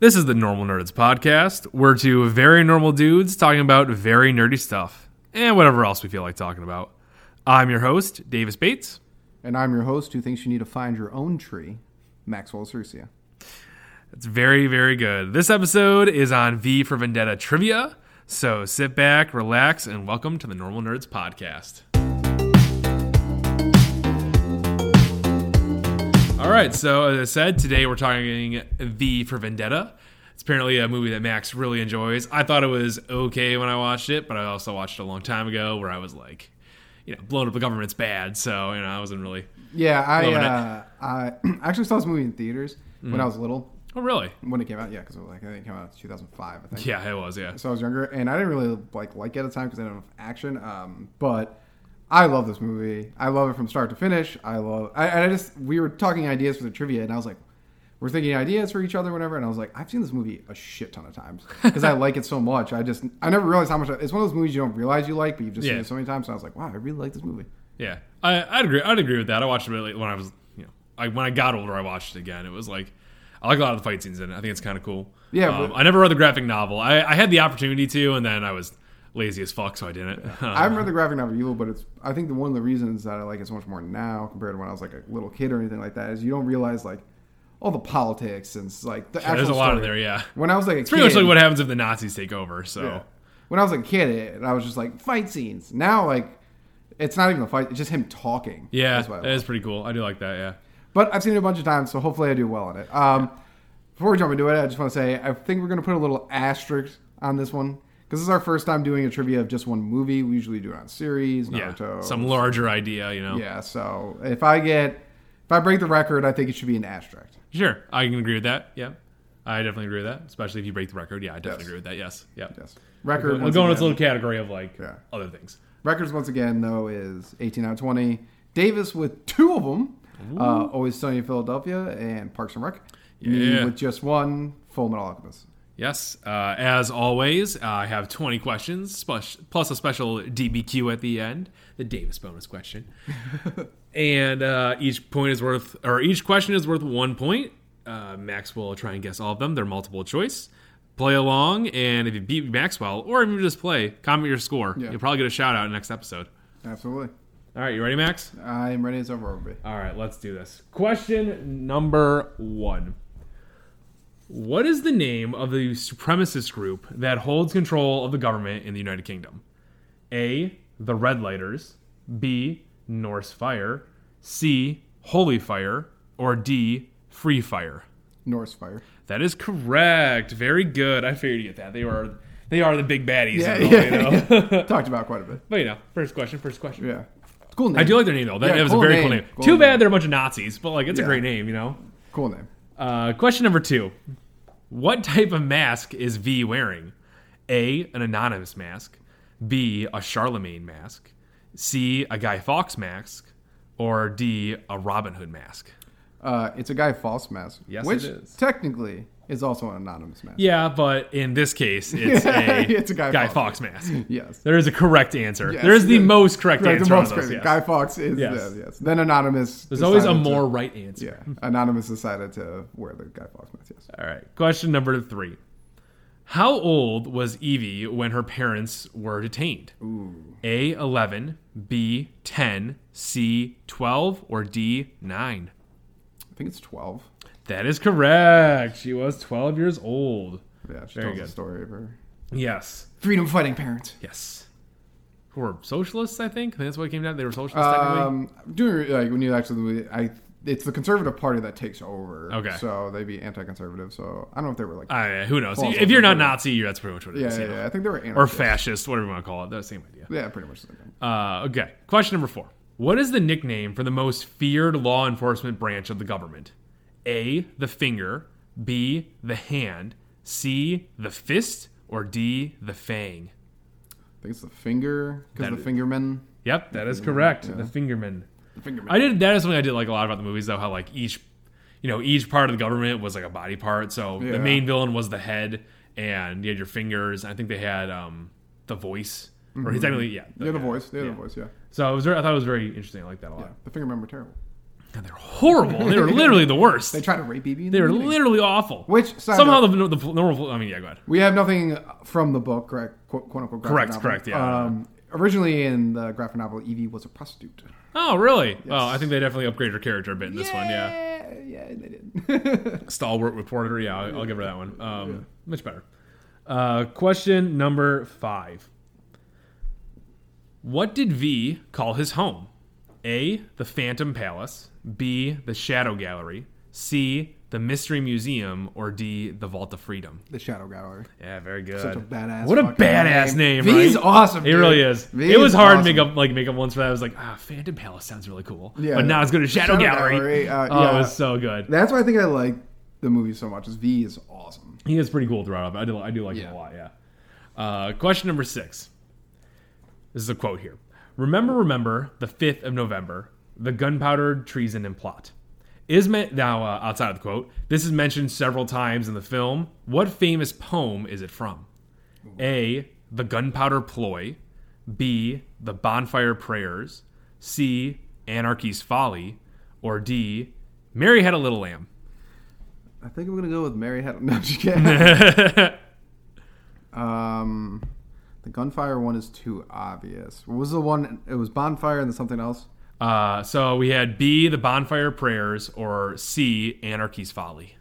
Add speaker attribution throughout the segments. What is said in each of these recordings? Speaker 1: This is the Normal Nerds Podcast. We're two very normal dudes talking about very nerdy stuff and whatever else we feel like talking about. I'm your host, Davis Bates.
Speaker 2: And I'm your host who thinks you need to find your own tree, Maxwell Cercia.
Speaker 1: It's very, very good. This episode is on V for Vendetta trivia. So sit back, relax, and welcome to the Normal Nerds Podcast. All right, so as I said, today we're talking V for Vendetta. It's apparently a movie that Max really enjoys. I thought it was okay when I watched it, but I also watched it a long time ago where I was like, you know, blowing up the government's bad. So, you know, I wasn't really.
Speaker 2: Yeah, I
Speaker 1: Loving it.
Speaker 2: uh, I actually saw this movie in theaters when I was little
Speaker 1: Oh, really?
Speaker 2: when it came out. Yeah, because like I think it came out in 2005. I think.
Speaker 1: Yeah, it was, yeah.
Speaker 2: So I was younger, and I didn't really like like it at the time because I didn't have action. Um, but I love this movie. I love it from start to finish. I love. I, and I just we were talking ideas for the trivia, and I was like, we're thinking ideas for each other, whatever. And I was like, I've seen this movie a shit ton of times because I like it so much. I just I never realized how much. I, it's one of those movies you don't realize you like, but you've just seen
Speaker 1: Yeah.
Speaker 2: it so many times. And I was like, wow, I really like this movie.
Speaker 1: Yeah, I, I'd agree. I'd agree with that. I watched it really when I was, you know, I, when I got older, I watched it again. It was like I like a lot of the fight scenes in it. I think it's kind of cool.
Speaker 2: Yeah,
Speaker 1: um,
Speaker 2: but-
Speaker 1: I never read the graphic novel. I, I had the opportunity to, and then I was lazy as fuck, so I didn't.
Speaker 2: I haven't read the graphic novel Evil, but it's I think the one of the reasons that I like it so much more now compared to when I was like a little kid or anything like that is you don't realize like all the politics and like the actual
Speaker 1: there's a lot in
Speaker 2: story.
Speaker 1: there. Yeah,
Speaker 2: When I was like a
Speaker 1: it's
Speaker 2: kid,
Speaker 1: pretty much like what happens if the Nazis take over. So
Speaker 2: yeah. when I was a kid, it, I was just like fight scenes. Now like it's not even a fight; it's just him talking.
Speaker 1: yeah,
Speaker 2: That's what I
Speaker 1: that
Speaker 2: like.
Speaker 1: is pretty cool. I do like that. Yeah.
Speaker 2: But I've seen it a bunch of times, so hopefully I do well on it. Um, before we jump into it, I just want to say I think we're going to put a little asterisk on this one because this is our first time doing a trivia of just one movie. We usually do it on series,
Speaker 1: Yeah,
Speaker 2: Naruto,
Speaker 1: some larger idea, you know.
Speaker 2: Yeah, so if I get if I break the record, I think it should be an asterisk.
Speaker 1: Sure, I can agree with that. Yeah, I definitely agree with that. Especially if you break the record. Yeah, I definitely
Speaker 2: Yes.
Speaker 1: agree with that. Yes, yeah.
Speaker 2: Yes.
Speaker 1: We'll
Speaker 2: Record
Speaker 1: go
Speaker 2: once
Speaker 1: in its
Speaker 2: again-
Speaker 1: little category of like
Speaker 2: Yeah.
Speaker 1: other things.
Speaker 2: records once again though is 18 out of 20. Davis with two of them. Uh, Always Sunny in Philadelphia and Parks and Rec.
Speaker 1: Yeah.
Speaker 2: Me with just one, Full Metal Alchemist.
Speaker 1: Yes, uh, as always, uh, I have 20 questions plus, plus a special DBQ at the end, the Davis bonus question. and uh, each point is worth, or each question is worth one point. Uh, Max will try and guess all of them. They're multiple choice. Play along, and if you beat Maxwell, or even just play, comment your score.
Speaker 2: Yeah.
Speaker 1: You'll probably get a shout out next episode.
Speaker 2: Absolutely.
Speaker 1: All right, you ready, Max?
Speaker 2: I'm ready as ever. baby.
Speaker 1: All right, let's do this. Question number one What is the name of the supremacist group that holds control of the government in the United Kingdom? A. The Red Lighters. B. Norse Fire. C. Holy Fire. Or D. Free Fire.
Speaker 2: Norse Fire.
Speaker 1: That is correct. Very good. I figured you get that. They were they are the big baddies.
Speaker 2: Yeah,
Speaker 1: Yeah, you know?
Speaker 2: Talked about quite a bit.
Speaker 1: but you know, first question. First question.
Speaker 2: Yeah. It's a cool name.
Speaker 1: I do like their name though. That,
Speaker 2: Yeah,
Speaker 1: that was a
Speaker 2: cool
Speaker 1: very cool
Speaker 2: name.
Speaker 1: name.
Speaker 2: Cool
Speaker 1: Too
Speaker 2: name.
Speaker 1: bad they're a bunch of Nazis, but like it's a
Speaker 2: Yeah.
Speaker 1: great name, you know.
Speaker 2: cool name.
Speaker 1: Uh, question number two: What type of mask is V wearing? A. An anonymous mask. B. A Charlemagne mask. C. A Guy Fawkes mask. Or D. A Robin Hood mask.
Speaker 2: Uh, it's a guy false mask.
Speaker 1: Yes,
Speaker 2: which
Speaker 1: it is.
Speaker 2: technically is also an anonymous mask.
Speaker 1: Yeah, but in this case, it's a,
Speaker 2: It's a Guy
Speaker 1: Fawkes.
Speaker 2: Fawkes.
Speaker 1: mask.
Speaker 2: Yes.
Speaker 1: There is a correct answer.
Speaker 2: Yes,
Speaker 1: there is the
Speaker 2: yes.
Speaker 1: most correct
Speaker 2: Right,
Speaker 1: answer.
Speaker 2: the most
Speaker 1: on those,
Speaker 2: crazy.
Speaker 1: yes.
Speaker 2: Guy Fox is
Speaker 1: Yes.
Speaker 2: yes. yes. Then Anonymous.
Speaker 1: There's always a
Speaker 2: decided to-
Speaker 1: more right answer.
Speaker 2: yeah. Anonymous decided to wear the Guy Fox mask. Yes.
Speaker 1: All right. Question number three. How old was Evie when her parents were detained? A 11, B 10, C 12, or D 9?
Speaker 2: I think it's twelve.
Speaker 1: That is correct. She was 12 years old.
Speaker 2: Yeah, she
Speaker 1: Very
Speaker 2: tells
Speaker 1: good.
Speaker 2: the story of her
Speaker 1: Yes.
Speaker 2: freedom fighting parents.
Speaker 1: Yes. Who were socialists, I think. I think that's what it came down to. They were socialists, technically.
Speaker 2: Um, doing like when you actually, I it's the conservative party that takes over.
Speaker 1: Okay.
Speaker 2: so they'd be anti-conservative. So I don't know if they were like,
Speaker 1: I, who knows?
Speaker 2: False
Speaker 1: If you're not
Speaker 2: alternative.
Speaker 1: Nazi, you're, that's pretty much what it is.
Speaker 2: yeah,
Speaker 1: you
Speaker 2: yeah,
Speaker 1: know?
Speaker 2: yeah, I think they were
Speaker 1: Or
Speaker 2: anarchists.
Speaker 1: fascist, whatever you want to call it. That's the same idea.
Speaker 2: Yeah, pretty much. the same thing.
Speaker 1: Uh, okay. Question number four. What is the nickname for the most feared law enforcement branch of the government? A. The finger. B. The hand. C. The fist. Or D. The fang.
Speaker 2: I think it's the finger because
Speaker 1: That-
Speaker 2: the fingermen.
Speaker 1: Yep, that is correct. The fingerman.
Speaker 2: The fingermen.
Speaker 1: I did that is something I did like a lot about the movies though. How like each, you know, each part of the government was like a body part. So the
Speaker 2: Yeah.
Speaker 1: main villain was the head, and you had your fingers. I think they had um the voice, or he technically yeah,
Speaker 2: the other Mm-hmm. voice. The other voice. Yeah.
Speaker 1: So it was very, I thought it was very interesting. I like that a lot.
Speaker 2: yeah. The fingermen were terrible.
Speaker 1: God, they're horrible. They were literally the worst.
Speaker 2: They try to rape BB. In
Speaker 1: They
Speaker 2: the
Speaker 1: were
Speaker 2: beginning.
Speaker 1: literally awful.
Speaker 2: Which, side
Speaker 1: somehow the, the normal. I mean, yeah, go ahead.
Speaker 2: We have nothing from the book, correct? Quote, quote unquote. graphic
Speaker 1: Correct,
Speaker 2: novel.
Speaker 1: correct, yeah.
Speaker 2: Um, originally in the graphic novel, Evie was a prostitute.
Speaker 1: Oh, really? Well, I think they definitely upgraded her character a bit in this one. Yeah,
Speaker 2: yeah, they did.
Speaker 1: stalwart reporter. Yeah, I'll, I'll give her that one. Um, Much better. Uh, question number five. What did V call his home? A. The Phantom Palace. B. The Shadow Gallery. C. The Mystery Museum. Or D. The Vault of Freedom.
Speaker 2: the Shadow Gallery.
Speaker 1: Yeah, very good.
Speaker 2: Such a badass.
Speaker 1: What a
Speaker 2: fucking
Speaker 1: badass name! right?
Speaker 2: V's awesome.
Speaker 1: It
Speaker 2: dude.
Speaker 1: really is.
Speaker 2: V
Speaker 1: it was
Speaker 2: is
Speaker 1: hard
Speaker 2: awesome.
Speaker 1: to make up like make up ones for that. I was like, ah, Phantom Palace sounds really cool.
Speaker 2: Yeah.
Speaker 1: but now it's going to Shadow,
Speaker 2: Shadow
Speaker 1: Gallery.
Speaker 2: Gallery, uh,
Speaker 1: oh,
Speaker 2: yeah.
Speaker 1: it was so good.
Speaker 2: That's why I think I like the movie so much. Is V is awesome.
Speaker 1: He is pretty cool throughout. I do I do like him
Speaker 2: Yeah.
Speaker 1: a lot. Yeah. Uh, question number six. This is a quote here. Remember, remember the fifth of November, the gunpowder treason and plot. Is meant now uh, outside of the quote. This is mentioned several times in the film. What famous poem is it from? A. The Gunpowder Ploy. B. The Bonfire Prayers. C. Anarchy's Folly. Or D. Mary Had a Little Lamb.
Speaker 2: I think I'm gonna go with Mary Had. No, I'm just kidding. um, the gunfire one is too obvious. What was the one? It was bonfire and then something else.
Speaker 1: Uh, so we had B, the bonfire prayers, or C, anarchy's folly.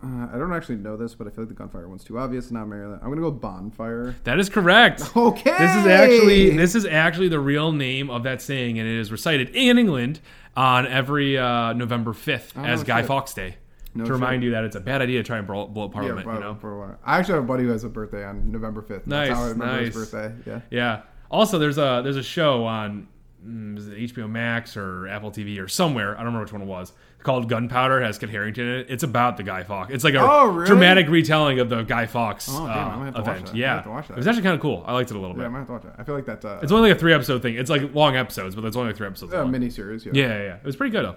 Speaker 2: Uh, I don't actually know this, but I feel like the gunfire one's too obvious. Not Mary. I'm gonna go bonfire.
Speaker 1: That is correct.
Speaker 2: Okay.
Speaker 1: This is actually this is actually the real name of that saying, and it is recited in England on every uh, November fifth as
Speaker 2: Oh, no
Speaker 1: Guy
Speaker 2: shit.
Speaker 1: Fawkes Day
Speaker 2: No
Speaker 1: to remind
Speaker 2: shit.
Speaker 1: you that it's a bad idea to try and blow, blow up
Speaker 2: Yeah,
Speaker 1: Parliament.
Speaker 2: bro-
Speaker 1: you know,
Speaker 2: bro- bro. I actually have a buddy who has a birthday on November 5th. That's
Speaker 1: Nice,
Speaker 2: how I remember his
Speaker 1: nice.
Speaker 2: birthday. Yeah.
Speaker 1: yeah. Also, there's a there's a show on mm, is it HBO Max or Apple TV or somewhere I don't remember which one it was called Gunpowder. It has Kit Harrington in it. It's about the Guy Fawkes. It's like a
Speaker 2: Oh, really?
Speaker 1: dramatic retelling of the Guy Fawkes uh,
Speaker 2: Oh, damn, I'm gonna have to watch
Speaker 1: event.
Speaker 2: that. I'm gonna
Speaker 1: Yeah,
Speaker 2: have to watch that.
Speaker 1: it was actually kind of cool. I liked it a little
Speaker 2: Yeah, I
Speaker 1: bit.
Speaker 2: might have to watch it. I feel like that uh,
Speaker 1: It's only like a three episode thing. It's like long episodes, but it's only like three episodes.
Speaker 2: a
Speaker 1: long.
Speaker 2: mini series. Yeah.
Speaker 1: Yeah, yeah, yeah. It was pretty good though.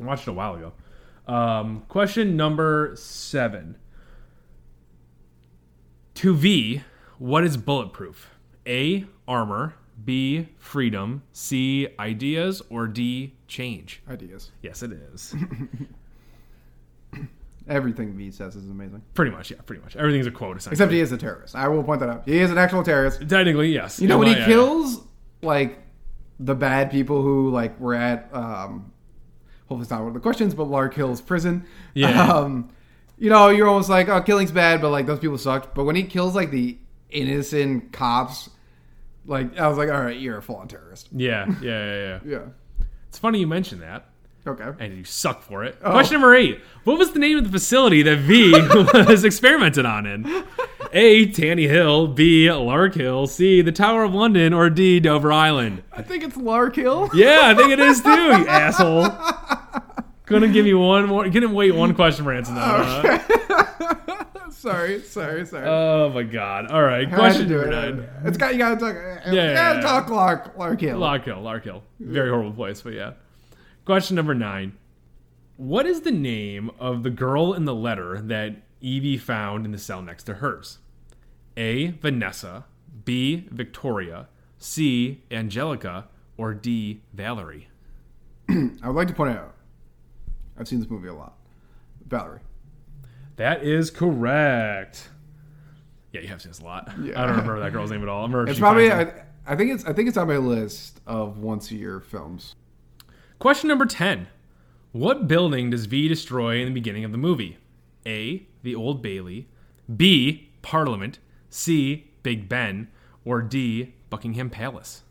Speaker 1: I watched it a while ago. Um, question number seven. To V, what is bulletproof? A. Armor. B. Freedom. C. Ideas. Or D. Change.
Speaker 2: Ideas.
Speaker 1: Yes, it is.
Speaker 2: Everything V says is amazing.
Speaker 1: pretty much, yeah, pretty much. Everything's a quote, essentially.
Speaker 2: Except he is a terrorist. I will point that out. He is an actual terrorist.
Speaker 1: Technically, yes.
Speaker 2: You know, when
Speaker 1: Yeah,
Speaker 2: he
Speaker 1: yeah,
Speaker 2: kills, like, the bad people who, like, were at, um, hopefully it's not one of the questions, but Lark Hill's prison.
Speaker 1: Yeah.
Speaker 2: Um, you know, you're almost like, oh, killing's bad, but, like, those people sucked. But when he kills, like, the innocent cops, like, I was like, all right, you're a full on terrorist.
Speaker 1: Yeah, yeah, yeah, yeah. yeah.
Speaker 2: Yeah.
Speaker 1: It's funny you mentioned that.
Speaker 2: Okay.
Speaker 1: and you suck for it.
Speaker 2: Oh.
Speaker 1: Question number eight: What was the name of the facility that V was experimented on in? A. Tanny Hill, B. Lark Hill, C. The Tower of London, or D. Dover Island.
Speaker 2: I think it's Lark Hill.
Speaker 1: Yeah, I think it is too. You asshole. Gonna give you one more. Gonna wait one question for answering that. huh?
Speaker 2: sorry, sorry, sorry.
Speaker 1: Oh my god! All right,
Speaker 2: Oh, I had to
Speaker 1: question
Speaker 2: do
Speaker 1: number
Speaker 2: it.
Speaker 1: nine.
Speaker 2: It's got you gotta talk. Yeah,
Speaker 1: yeah,
Speaker 2: gotta
Speaker 1: yeah.
Speaker 2: talk Lark Lark Hill.
Speaker 1: Lark Hill, Lark Hill. Very horrible place, but yeah. Question number nine. What is the name of the girl in the letter that Evie found in the cell next to hers? A. Vanessa. B. Victoria. C. Angelica. Or D. Valerie.
Speaker 2: I would like to point out, I've seen this movie a lot. Valerie.
Speaker 1: That is correct. Yeah, you have seen this a lot. I don't remember that girl's name at all. I remember
Speaker 2: It's
Speaker 1: she
Speaker 2: probably.
Speaker 1: finds her.
Speaker 2: I, I think it's. I think it's on my list of once a year films.
Speaker 1: Question number 10. What building does V destroy in the beginning of the movie? A. The Old Bailey. B. Parliament. C. Big Ben. Or D. Buckingham Palace.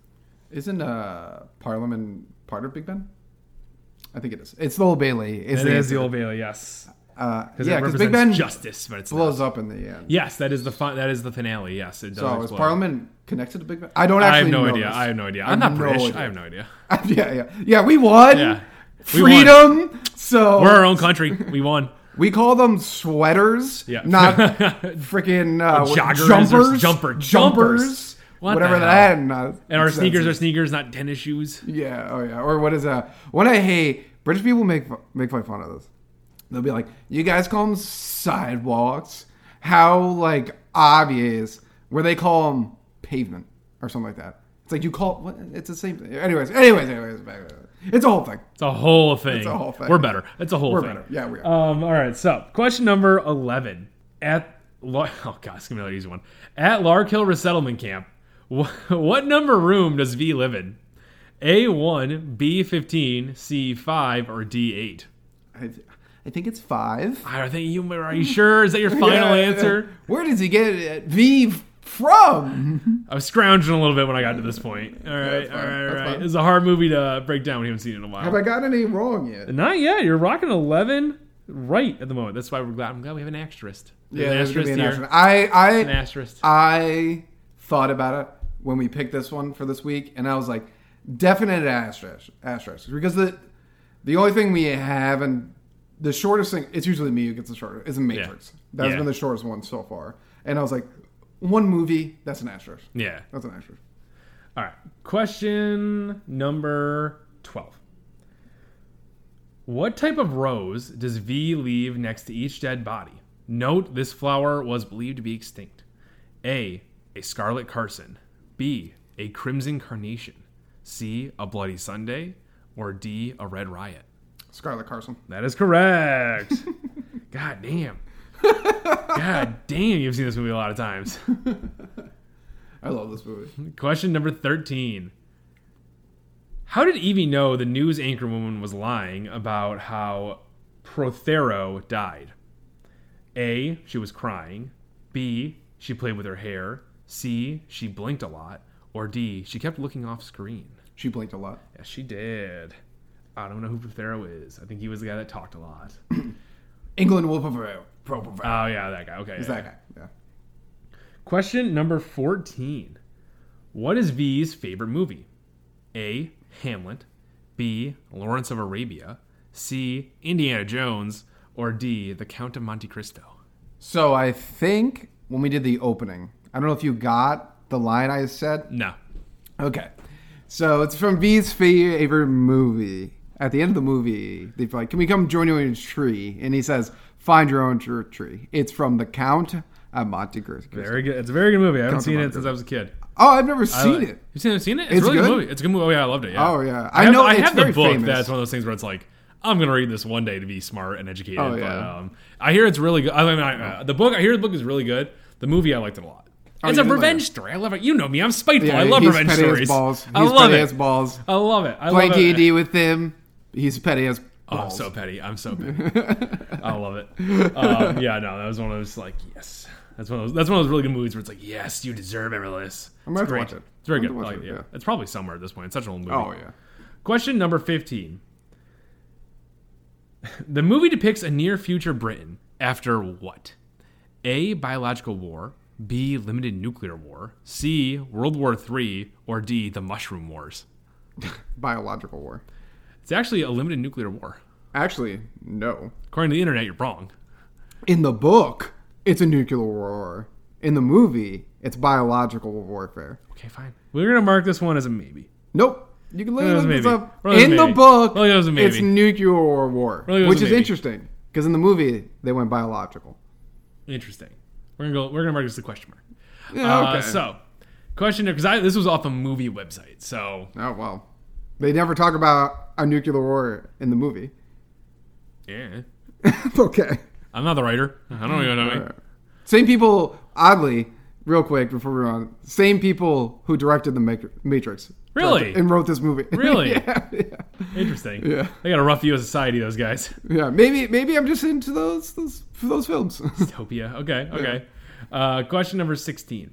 Speaker 2: Isn't uh, Parliament part of Big Ben? I think it is. It's the Old Bailey. Is the,
Speaker 1: Old Bailey, yes.
Speaker 2: uh,
Speaker 1: Because
Speaker 2: yeah,
Speaker 1: it
Speaker 2: because
Speaker 1: represents
Speaker 2: Big Ben
Speaker 1: justice, but it's not.
Speaker 2: blows up in the end.
Speaker 1: Yes, that is the fi- that is the finale. Yes, it does.
Speaker 2: so is
Speaker 1: explode.
Speaker 2: Parliament connected to Big Ben? I don't actually
Speaker 1: I have no
Speaker 2: know
Speaker 1: idea.
Speaker 2: this.
Speaker 1: I have no idea.
Speaker 2: have
Speaker 1: I'm not
Speaker 2: no
Speaker 1: British.
Speaker 2: idea.
Speaker 1: I have no idea.
Speaker 2: yeah, yeah, yeah. We won.
Speaker 1: Yeah. We won.
Speaker 2: Freedom. So
Speaker 1: We're our own country. We won.
Speaker 2: We call them sweaters,
Speaker 1: Yeah.
Speaker 2: not freaking uh, what-
Speaker 1: Joggers or
Speaker 2: jumpers,
Speaker 1: jumper-
Speaker 2: jumpers,
Speaker 1: jumpers. What
Speaker 2: whatever
Speaker 1: the
Speaker 2: that.
Speaker 1: hell?
Speaker 2: And, uh,
Speaker 1: And our sneakers are sneakers, not tennis shoes.
Speaker 2: yeah, oh yeah, or what is that? What I hate, British people make fu- make my fun of this. They'll be like, "You guys call them sidewalks? How like obvious? Where they call them pavement or something like that? It's It's like you call. What? It's the same thing. Anyways, anyways, anyways, it's a whole thing.
Speaker 1: It's a whole thing.
Speaker 2: a whole thing.
Speaker 1: We're better. It's a whole
Speaker 2: We're
Speaker 1: thing.
Speaker 2: better. Yeah, we are.
Speaker 1: Um, all right. So, question number 11. At, Lar- oh, God, it's going to be an easy one. At Lark Hill Resettlement Camp, what, what number room does V live in? A1, B15, C5, or D8?
Speaker 2: I, I think it's five.
Speaker 1: I think you are you sure? Is that your final
Speaker 2: Yeah.
Speaker 1: answer?
Speaker 2: Where does he get it? V from?
Speaker 1: I was scrounging a little bit when I got to this point. All right,
Speaker 2: that's
Speaker 1: all
Speaker 2: fine.
Speaker 1: right, all
Speaker 2: That's
Speaker 1: right.
Speaker 2: fine.
Speaker 1: It's a hard movie to break down when you haven't seen it in a while.
Speaker 2: Have I gotten any wrong yet?
Speaker 1: Not yet. You're rocking eleven right at the moment. That's why we're glad. I'm glad we have an asterisk. There's an
Speaker 2: there's gonna
Speaker 1: asterisk
Speaker 2: be an
Speaker 1: here.
Speaker 2: asterisk. I I
Speaker 1: An asterisk.
Speaker 2: I thought about it when we picked this one for this week, and I was like, definite asterisk, asterisk, because the the only thing we have and the shortest thing it's usually me who gets the shortest is a Matrix. That's
Speaker 1: Yeah.
Speaker 2: been the shortest one so far, and I was like, one movie that's an asterisk,
Speaker 1: Yeah.
Speaker 2: that's an asterisk.
Speaker 1: All right. Question number twelve. What type of rose does V leave next to each dead body? Note this flower was believed to be extinct. A. A scarlet carson. B. A crimson carnation. C. A bloody Sunday. Or D. A red riot.
Speaker 2: Scarlett Carson.
Speaker 1: That is correct. God damn. God damn, you've seen this movie a lot of times.
Speaker 2: I love this movie.
Speaker 1: Question number 13. How did Evie know the news anchorwoman was lying about how Prothero died? A. She was crying. B. She played with her hair. C. She blinked a lot. Or D. She kept looking off screen.
Speaker 2: She blinked a lot.
Speaker 1: Yes, she did. I don't know who Prothero is. I think he was the guy that talked a lot.
Speaker 2: England will prevail. Pro prevail.
Speaker 1: Oh, yeah, that guy. Okay.
Speaker 2: Is that guy? Yeah.
Speaker 1: Question number 14. What is V's favorite movie? A. Hamlet. B. Lawrence of Arabia. C. Indiana Jones. Or D. The Count of Monte Cristo.
Speaker 2: So I think when we did the opening, I don't know if you got the line I said.
Speaker 1: No.
Speaker 2: Okay. So it's from V's favorite movie. At the end of the movie, they're like, Can we come join you in a tree? And he says, Find your own tr- tree. It's from The Count of Monte Cristo.
Speaker 1: Very good. It's a very good movie. I haven't
Speaker 2: of
Speaker 1: seen
Speaker 2: Monte
Speaker 1: it since I was a kid.
Speaker 2: Oh, I've never seen it.
Speaker 1: You've seen, seen it? It's,
Speaker 2: It's
Speaker 1: a really good
Speaker 2: good?
Speaker 1: movie. It's a good movie. Oh, yeah, I loved it. Yeah.
Speaker 2: Oh, yeah.
Speaker 1: I
Speaker 2: I
Speaker 1: have,
Speaker 2: know
Speaker 1: I
Speaker 2: it's
Speaker 1: have the
Speaker 2: very
Speaker 1: book.
Speaker 2: famous.
Speaker 1: That's one of those things where it's like, I'm going to read this one day to be smart and educated.
Speaker 2: Oh,
Speaker 1: But,
Speaker 2: yeah.
Speaker 1: um, I hear it's really good. I mean, I, uh, the book, I hear the book is really good. The movie, I liked it a lot. it's
Speaker 2: you
Speaker 1: a
Speaker 2: did like
Speaker 1: revenge story. I love it. You know me. I'm spiteful. Oh, I love
Speaker 2: he's
Speaker 1: revenge
Speaker 2: petty
Speaker 1: stories.
Speaker 2: As balls. He's
Speaker 1: I love
Speaker 2: petty
Speaker 1: it.
Speaker 2: as balls.
Speaker 1: I love it. I
Speaker 2: Playing
Speaker 1: love it.
Speaker 2: D&D with him. He's petty as
Speaker 1: Oh, I'm
Speaker 2: balls.
Speaker 1: so petty. I'm so petty. I love it. Um, yeah, no, that was one of those like yes. That's one of those. That's one of those really good movies where it's like yes, you deserve Everless. I'm it's
Speaker 2: gonna have to
Speaker 1: great.
Speaker 2: watch it.
Speaker 1: It's very
Speaker 2: I'm
Speaker 1: good.
Speaker 2: gonna watch
Speaker 1: Like,
Speaker 2: it,
Speaker 1: yeah.
Speaker 2: yeah.
Speaker 1: it's probably somewhere at this point. It's such an old movie.
Speaker 2: oh, yeah.
Speaker 1: Question number 15. The movie depicts a near future Britain after what? A. Biological war. B. Limited nuclear war. C. World War III. Or D. The Mushroom Wars.
Speaker 2: Biological war.
Speaker 1: It's actually a limited nuclear war.
Speaker 2: Actually, no.
Speaker 1: According to the internet, you're wrong.
Speaker 2: In the book, it's a nuclear war. In the movie, it's biological warfare.
Speaker 1: Okay, fine. We're going to mark this one as a maybe.
Speaker 2: Nope. You can look
Speaker 1: Well, it was
Speaker 2: this
Speaker 1: maybe.
Speaker 2: up.
Speaker 1: Well, it was
Speaker 2: in the
Speaker 1: maybe.
Speaker 2: book,
Speaker 1: Well, it was maybe.
Speaker 2: it's nuclear war,
Speaker 1: Well, it was
Speaker 2: which is
Speaker 1: maybe.
Speaker 2: interesting because in the movie they went biological.
Speaker 1: Interesting. We're going to go we're going to mark this as a question mark.
Speaker 2: Yeah,
Speaker 1: Uh,
Speaker 2: okay.
Speaker 1: so, question because I this was off a movie website. So,
Speaker 2: oh well, they never talk about a nuclear war in the movie.
Speaker 1: yeah.
Speaker 2: okay,
Speaker 1: I'm not the writer. I don't even know.
Speaker 2: same people. Oddly, real quick before we run, same people who directed the Mac- Matrix
Speaker 1: Really?
Speaker 2: directed and wrote this movie.
Speaker 1: Really?
Speaker 2: yeah, yeah,
Speaker 1: Interesting.
Speaker 2: Yeah.
Speaker 1: They got a rough view of society, those guys.
Speaker 2: yeah. Maybe maybe I'm just into those those those films.
Speaker 1: Utopia. Okay, okay. Uh, question number 16.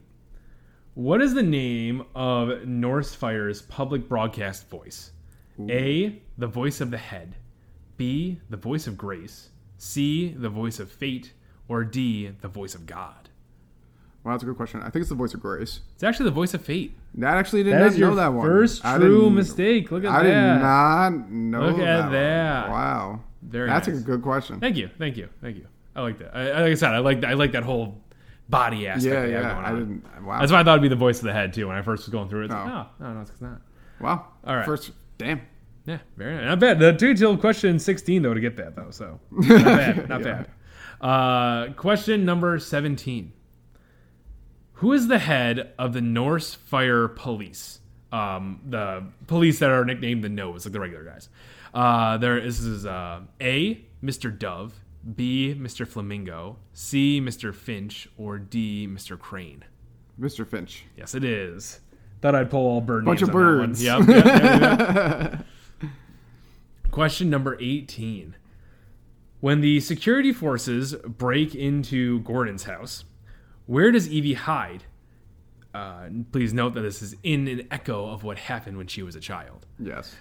Speaker 1: What is the name of Norse Fire's public broadcast voice? A. The voice of the head. B. The voice of grace. C. The voice of fate. Or D. The voice of God.
Speaker 2: wow, that's a good question. I think it's the voice of Grace.
Speaker 1: It's actually the voice of fate.
Speaker 2: That actually did
Speaker 1: That
Speaker 2: not
Speaker 1: is your
Speaker 2: know that one.
Speaker 1: first
Speaker 2: I
Speaker 1: true
Speaker 2: didn't-
Speaker 1: mistake. Look at
Speaker 2: I
Speaker 1: that.
Speaker 2: did not know
Speaker 1: Look
Speaker 2: that.
Speaker 1: at
Speaker 2: one.
Speaker 1: that.
Speaker 2: Wow.
Speaker 1: Very
Speaker 2: That's
Speaker 1: nice.
Speaker 2: a good question.
Speaker 1: Thank you, thank you, thank you. I like that. I, like I said, I like I like that whole body aspect.
Speaker 2: Yeah,
Speaker 1: they have
Speaker 2: yeah.
Speaker 1: going
Speaker 2: I
Speaker 1: on.
Speaker 2: didn't. Wow.
Speaker 1: That's why I thought it'd be the voice of the head too when I first was going through it. It's like, no,
Speaker 2: No.
Speaker 1: no, no, it's not.
Speaker 2: wow.
Speaker 1: All right.
Speaker 2: First, damn.
Speaker 1: Yeah, very nice. Not bad. The two till question sixteen though to get that though. So not bad, not
Speaker 2: Yeah.
Speaker 1: bad. Uh, question number seventeen. Who is the head of the Norse Fire Police? um, the police that are nicknamed the Novas, like the regular guys. Uh, there is, this is uh, A, Mr. Dove, B, Mr. Flamingo, C, Mr. Finch, or D, Mr. Crane.
Speaker 2: Mr. Finch.
Speaker 1: Yes, it is. Thought I'd pull all bird
Speaker 2: Bunch
Speaker 1: names
Speaker 2: of
Speaker 1: on that one.
Speaker 2: birds.
Speaker 1: Yep, yep, yep, yep. Question number 18. When the security forces break into Gordon's house, where does Evie hide? Uh, please note that this is in an echo of what happened when she was a child.
Speaker 2: Yes.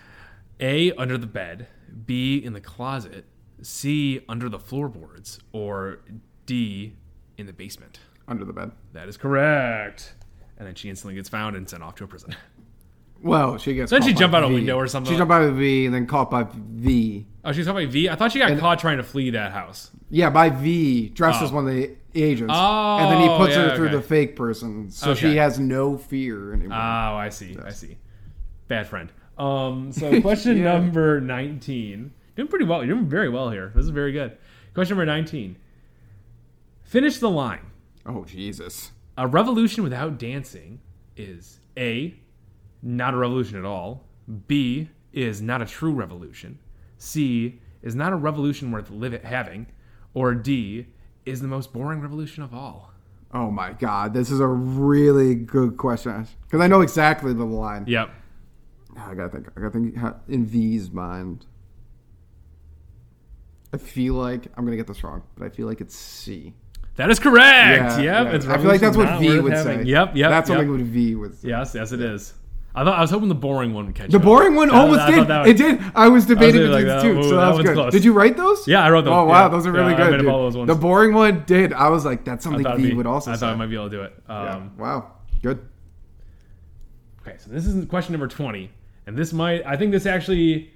Speaker 1: A, under the bed, B, in the closet, C, under the floorboards, or D, in the basement.
Speaker 2: Under the bed.
Speaker 1: That is correct. And then she instantly gets found and sent off to a prison.
Speaker 2: Well, she gets.
Speaker 1: Doesn't
Speaker 2: caught
Speaker 1: she
Speaker 2: by
Speaker 1: jump out a
Speaker 2: V.
Speaker 1: window or something?
Speaker 2: She jumped out of a V and then caught by V.
Speaker 1: Oh, she's caught by V. I thought she got caught trying to flee that house.
Speaker 2: Yeah, by V, dressed as one of the agents,
Speaker 1: Oh,
Speaker 2: and then he puts
Speaker 1: yeah,
Speaker 2: her through
Speaker 1: okay.
Speaker 2: the fake person, so
Speaker 1: Okay.
Speaker 2: she has no fear anymore.
Speaker 1: Oh, I see. I see. Bad friend. Um, so question
Speaker 2: Yeah.
Speaker 1: number nineteen. Doing pretty well. You're doing very well here. This is very good. Question number nineteen. Finish the line.
Speaker 2: oh Jesus!
Speaker 1: A revolution without dancing is A, not a revolution at all. B, is not a true revolution. C, is not a revolution worth live- having. Or D, is the most boring revolution of all.
Speaker 2: Oh my God! This is a really good question because I know exactly the line.
Speaker 1: Yep.
Speaker 2: I gotta think. I gotta think how- in V's mind. I feel like I'm gonna get this wrong, but I feel like it's C.
Speaker 1: That is correct.
Speaker 2: Yeah,
Speaker 1: yep.
Speaker 2: yeah.
Speaker 1: It's
Speaker 2: I feel like that's
Speaker 1: revolution
Speaker 2: what
Speaker 1: not
Speaker 2: V
Speaker 1: worth
Speaker 2: would
Speaker 1: having.
Speaker 2: say.
Speaker 1: Yep. Yep.
Speaker 2: That's
Speaker 1: yep.
Speaker 2: something what V would say.
Speaker 1: Yes. Yes, it is. I thought I was hoping the boring one would catch
Speaker 2: The
Speaker 1: up.
Speaker 2: boring one
Speaker 1: thought-
Speaker 2: almost
Speaker 1: I thought
Speaker 2: did.
Speaker 1: that
Speaker 2: It did. I was debating
Speaker 1: thinking
Speaker 2: between
Speaker 1: like
Speaker 2: the
Speaker 1: that-
Speaker 2: two,
Speaker 1: ooh,
Speaker 2: so
Speaker 1: that
Speaker 2: that was
Speaker 1: one's
Speaker 2: good.
Speaker 1: close.
Speaker 2: Did you write those?
Speaker 1: Yeah, I wrote those.
Speaker 2: Oh wow,
Speaker 1: Yeah.
Speaker 2: those are
Speaker 1: Yeah,
Speaker 2: really
Speaker 1: I
Speaker 2: good.
Speaker 1: made up
Speaker 2: dude.
Speaker 1: all those ones.
Speaker 2: The boring one did. I was like, that's
Speaker 1: I
Speaker 2: something
Speaker 1: thought
Speaker 2: V
Speaker 1: it'd be-
Speaker 2: would also
Speaker 1: I
Speaker 2: say.
Speaker 1: thought I might be able to do it.
Speaker 2: Yeah.
Speaker 1: Um,
Speaker 2: wow, good.
Speaker 1: Okay, so this is question number 20. And this might, I think this actually,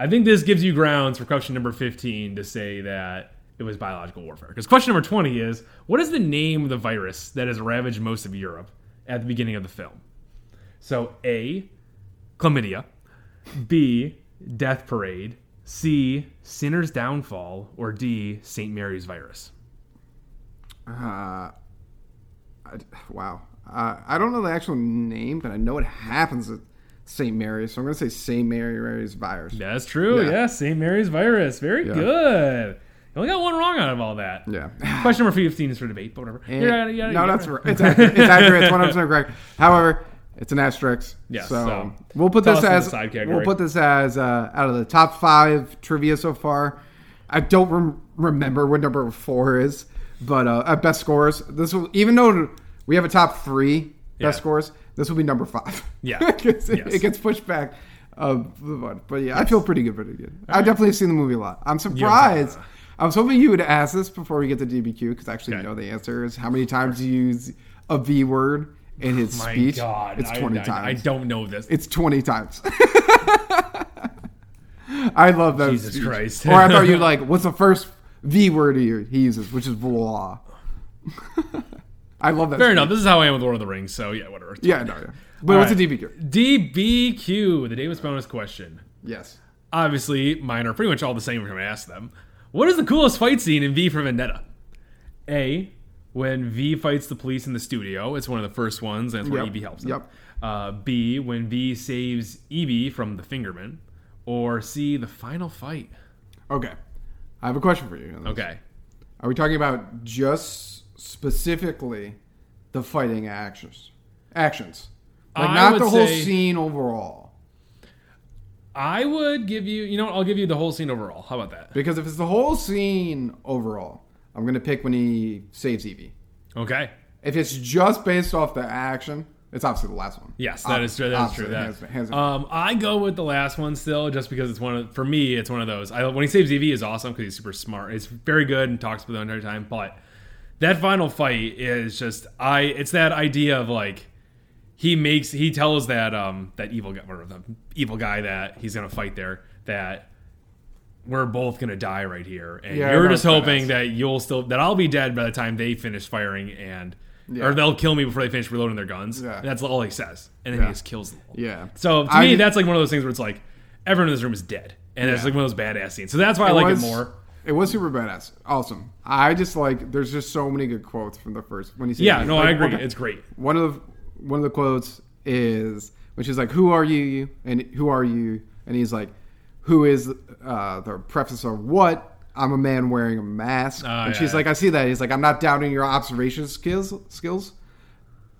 Speaker 1: I think this gives you grounds for question number 15 to say that it was biological warfare. Because question number 20 is what is the name of the virus that has ravaged most of Europe at the beginning of the film? So A, chlamydia, B, death parade, C, sinner's downfall, or D, St. Mary's virus.
Speaker 2: Uh, I, wow. Uh, I don't know the actual name, but I know it happens at St. Mary's, so I'm going to say St. Mary's virus.
Speaker 1: That's true.
Speaker 2: Yeah.
Speaker 1: Yes, St. Mary's virus. Very
Speaker 2: Yeah.
Speaker 1: good. You only got one wrong out of all that.
Speaker 2: Yeah.
Speaker 1: Question number 15 is for debate, but whatever.
Speaker 2: And-
Speaker 1: Yeah, yeah,
Speaker 2: Eh, no,
Speaker 1: yeah.
Speaker 2: that's right. It's accurate. It's accurate. It's 100% correct. However, it's an asterisk.
Speaker 1: Yes,
Speaker 2: so,
Speaker 1: so
Speaker 2: we'll put
Speaker 1: toss
Speaker 2: this
Speaker 1: in the
Speaker 2: as
Speaker 1: side
Speaker 2: we'll
Speaker 1: category.
Speaker 2: put this as uh, out of the top five trivia so far. I don't rem- remember what number four is, but uh, at best scores, this will even though we have a top three best
Speaker 1: Yeah.
Speaker 2: scores, this will be number five.
Speaker 1: Yeah.
Speaker 2: 'Cause it,
Speaker 1: Yes.
Speaker 2: it gets pushed back. Uh, but but yeah, I feel pretty good, pretty good. I've definitely seen the movie a lot. I'm surprised. I was hoping you would ask this before we get to DBQ because I actually
Speaker 1: Okay.
Speaker 2: know the answer is how many times you use a V word in his
Speaker 1: Oh My
Speaker 2: speech.
Speaker 1: God.
Speaker 2: it's
Speaker 1: I-
Speaker 2: 20
Speaker 1: I, I
Speaker 2: times.
Speaker 1: don't know this.
Speaker 2: it's 20 times. I love that.
Speaker 1: Jesus
Speaker 2: speech.
Speaker 1: Christ.
Speaker 2: or I thought you like, what's the first V word he, he uses, which is blah. I love that.
Speaker 1: Fair
Speaker 2: speech.
Speaker 1: enough. This is how I am with Lord of the Rings, so yeah, whatever.
Speaker 2: Yeah, no, yeah. But
Speaker 1: All
Speaker 2: what's
Speaker 1: right.
Speaker 2: a DBQ?
Speaker 1: DBQ, the Davis bonus question.
Speaker 2: Yes.
Speaker 1: Obviously, mine are pretty much all the same when I ask them. What is the coolest fight scene in V for Vendetta? A, when V fights the police in the studio. It's one of the first ones, and it's where
Speaker 2: Yep.
Speaker 1: Evie helps him.
Speaker 2: Yep.
Speaker 1: Uh, B, when V saves Evie from the Fingerman. Or C, the final fight.
Speaker 2: Okay. I have a question for you. on this.
Speaker 1: Okay.
Speaker 2: Are we talking about just specifically the fighting actions? Actions. Like
Speaker 1: I
Speaker 2: not
Speaker 1: would
Speaker 2: the whole
Speaker 1: say-
Speaker 2: scene overall.
Speaker 1: I would give you, you know what, I'll give you the whole scene overall. How about that?
Speaker 2: Because if it's the whole scene overall, I'm gonna pick when he saves Evie.
Speaker 1: Okay.
Speaker 2: If it's just based off the action, it's obviously the last one.
Speaker 1: Yes, that is true. That's true.
Speaker 2: Obviously,
Speaker 1: That.
Speaker 2: hands- hands-
Speaker 1: um, I go with the last one still, just because it's one of for me. It's one of those. I, when he saves Evie, is awesome because he's super smart. He's very good and talks for the entire time. But that final fight is just I. It's that idea of like he makes he tells that um that evil guy or the evil guy that he's gonna fight there that we're both gonna die right here and
Speaker 2: Yeah, I
Speaker 1: you're
Speaker 2: remember
Speaker 1: just hoping
Speaker 2: that.
Speaker 1: that you'll still that I'll be dead by the time they finish firing and
Speaker 2: Yeah.
Speaker 1: or they'll kill me before they finish reloading their guns.
Speaker 2: Yeah.
Speaker 1: And that's all he says, and then
Speaker 2: Yeah.
Speaker 1: he just kills them. All.
Speaker 2: Yeah.
Speaker 1: So to
Speaker 2: I-
Speaker 1: me, that's like one of those things where it's like everyone in this room is dead, and it's
Speaker 2: Yeah.
Speaker 1: like one of those badass scenes. So that's why I like
Speaker 2: was-
Speaker 1: it more.
Speaker 2: It was super badass. Awesome. I just like there's just so many good quotes from the first when he saves
Speaker 1: Yeah.
Speaker 2: Evie.
Speaker 1: No,
Speaker 2: Like,
Speaker 1: I agree.
Speaker 2: okay.
Speaker 1: It's great.
Speaker 2: One of one of the quotes is which is like, "Who are you?" and "Who are you?" and he's like, "Who is uh, the preface of what?" I'm a man wearing a mask,
Speaker 1: Oh, yeah,
Speaker 2: and she's
Speaker 1: yeah.
Speaker 2: like, "I see that." He's like, "I'm not doubting your observation skills. Skills.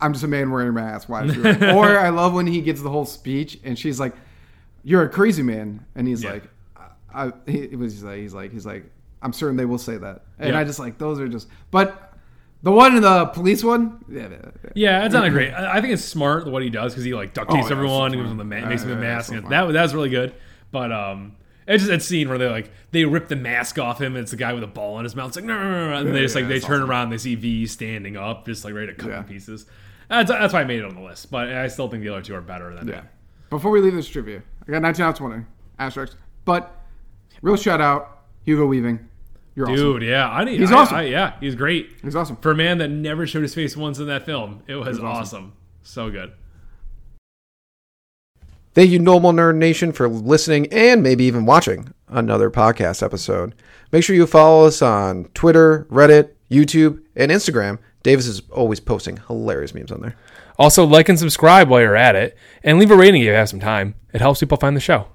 Speaker 2: I'm just a man wearing a mask. Why? Is it- or I love when he gives the whole speech, and she's like, "You're a crazy man," and he's
Speaker 1: Yeah.
Speaker 2: like, I, I, he, it was like he's like he's like I'm certain they will say that, and
Speaker 1: Yeah.
Speaker 2: I just like those are just but the one in the police one, yeah, yeah, yeah.
Speaker 1: Yeah, it's not a great. I I think it's smart what he does because he like duct
Speaker 2: Oh,
Speaker 1: tapes
Speaker 2: yeah,
Speaker 1: everyone, and
Speaker 2: it's so
Speaker 1: gives them the ma-
Speaker 2: smart.
Speaker 1: makes him a
Speaker 2: Yeah, yeah,
Speaker 1: mask.
Speaker 2: yeah, it's
Speaker 1: and
Speaker 2: so
Speaker 1: that that was really good, but um, it's just that scene where they like they rip the mask off him. and It's the guy with a ball in his mouth. It's like no, no, no, no," and they just
Speaker 2: yeah,
Speaker 1: like they
Speaker 2: it's
Speaker 1: turn around, and they see V standing up, just like ready to cut
Speaker 2: Yeah.
Speaker 1: in pieces. That's, that's why I made it on the list, but I still think the other two are better than
Speaker 2: Yeah. Before we leave this trivia, I got 19 out of 20 asterisks, but real shout out Hugo Weaving, you're
Speaker 1: that.
Speaker 2: awesome.
Speaker 1: Dude, yeah, I need.
Speaker 2: He's
Speaker 1: I-
Speaker 2: awesome.
Speaker 1: I- yeah, he's great
Speaker 2: He's awesome.
Speaker 1: for a man that never showed his face once in that film. It was awesome.
Speaker 2: awesome.
Speaker 1: so good.
Speaker 3: Thank you, Normal Nerd Nation, for listening and maybe even watching another podcast episode. Make sure you follow us on Twitter, Reddit, YouTube, and Instagram. Davis is always posting hilarious memes on there.
Speaker 1: Also, like and subscribe while you're at it, and leave a rating if you have some time. It helps people find the show.